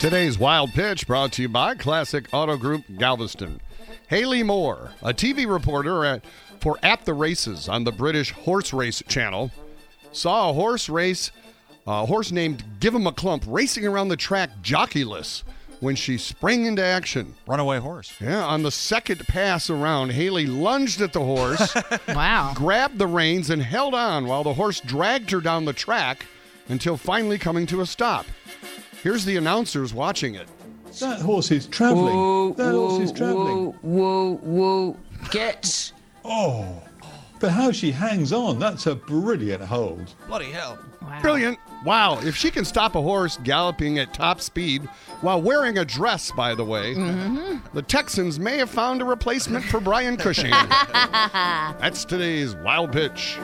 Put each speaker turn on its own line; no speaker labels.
Today's Wild Pitch brought to you by Classic Auto Group Galveston. Haley Moore, a TV reporter at, for At the Races on the British Horse Race Channel, saw a horse race, a horse named Give 'em a Clump, racing around the track jockeyless when she sprang into action.
Runaway horse.
Yeah, on the second pass around, Haley lunged at the horse,
Wow.
grabbed the reins, and held on while the horse dragged her down the track until finally coming to a stop. Here's the announcers watching it.
That horse is travelling. that horse is travelling.
whoa, whoa, whoa. Get.
Oh. But how she hangs on, that's a brilliant hold.
Bloody hell.
Wow.
Brilliant. Wow, if she can stop a horse galloping at top speed while wearing a dress, by the way, the Texans may have found a replacement for Brian Cushing. That's today's Wild Pitch.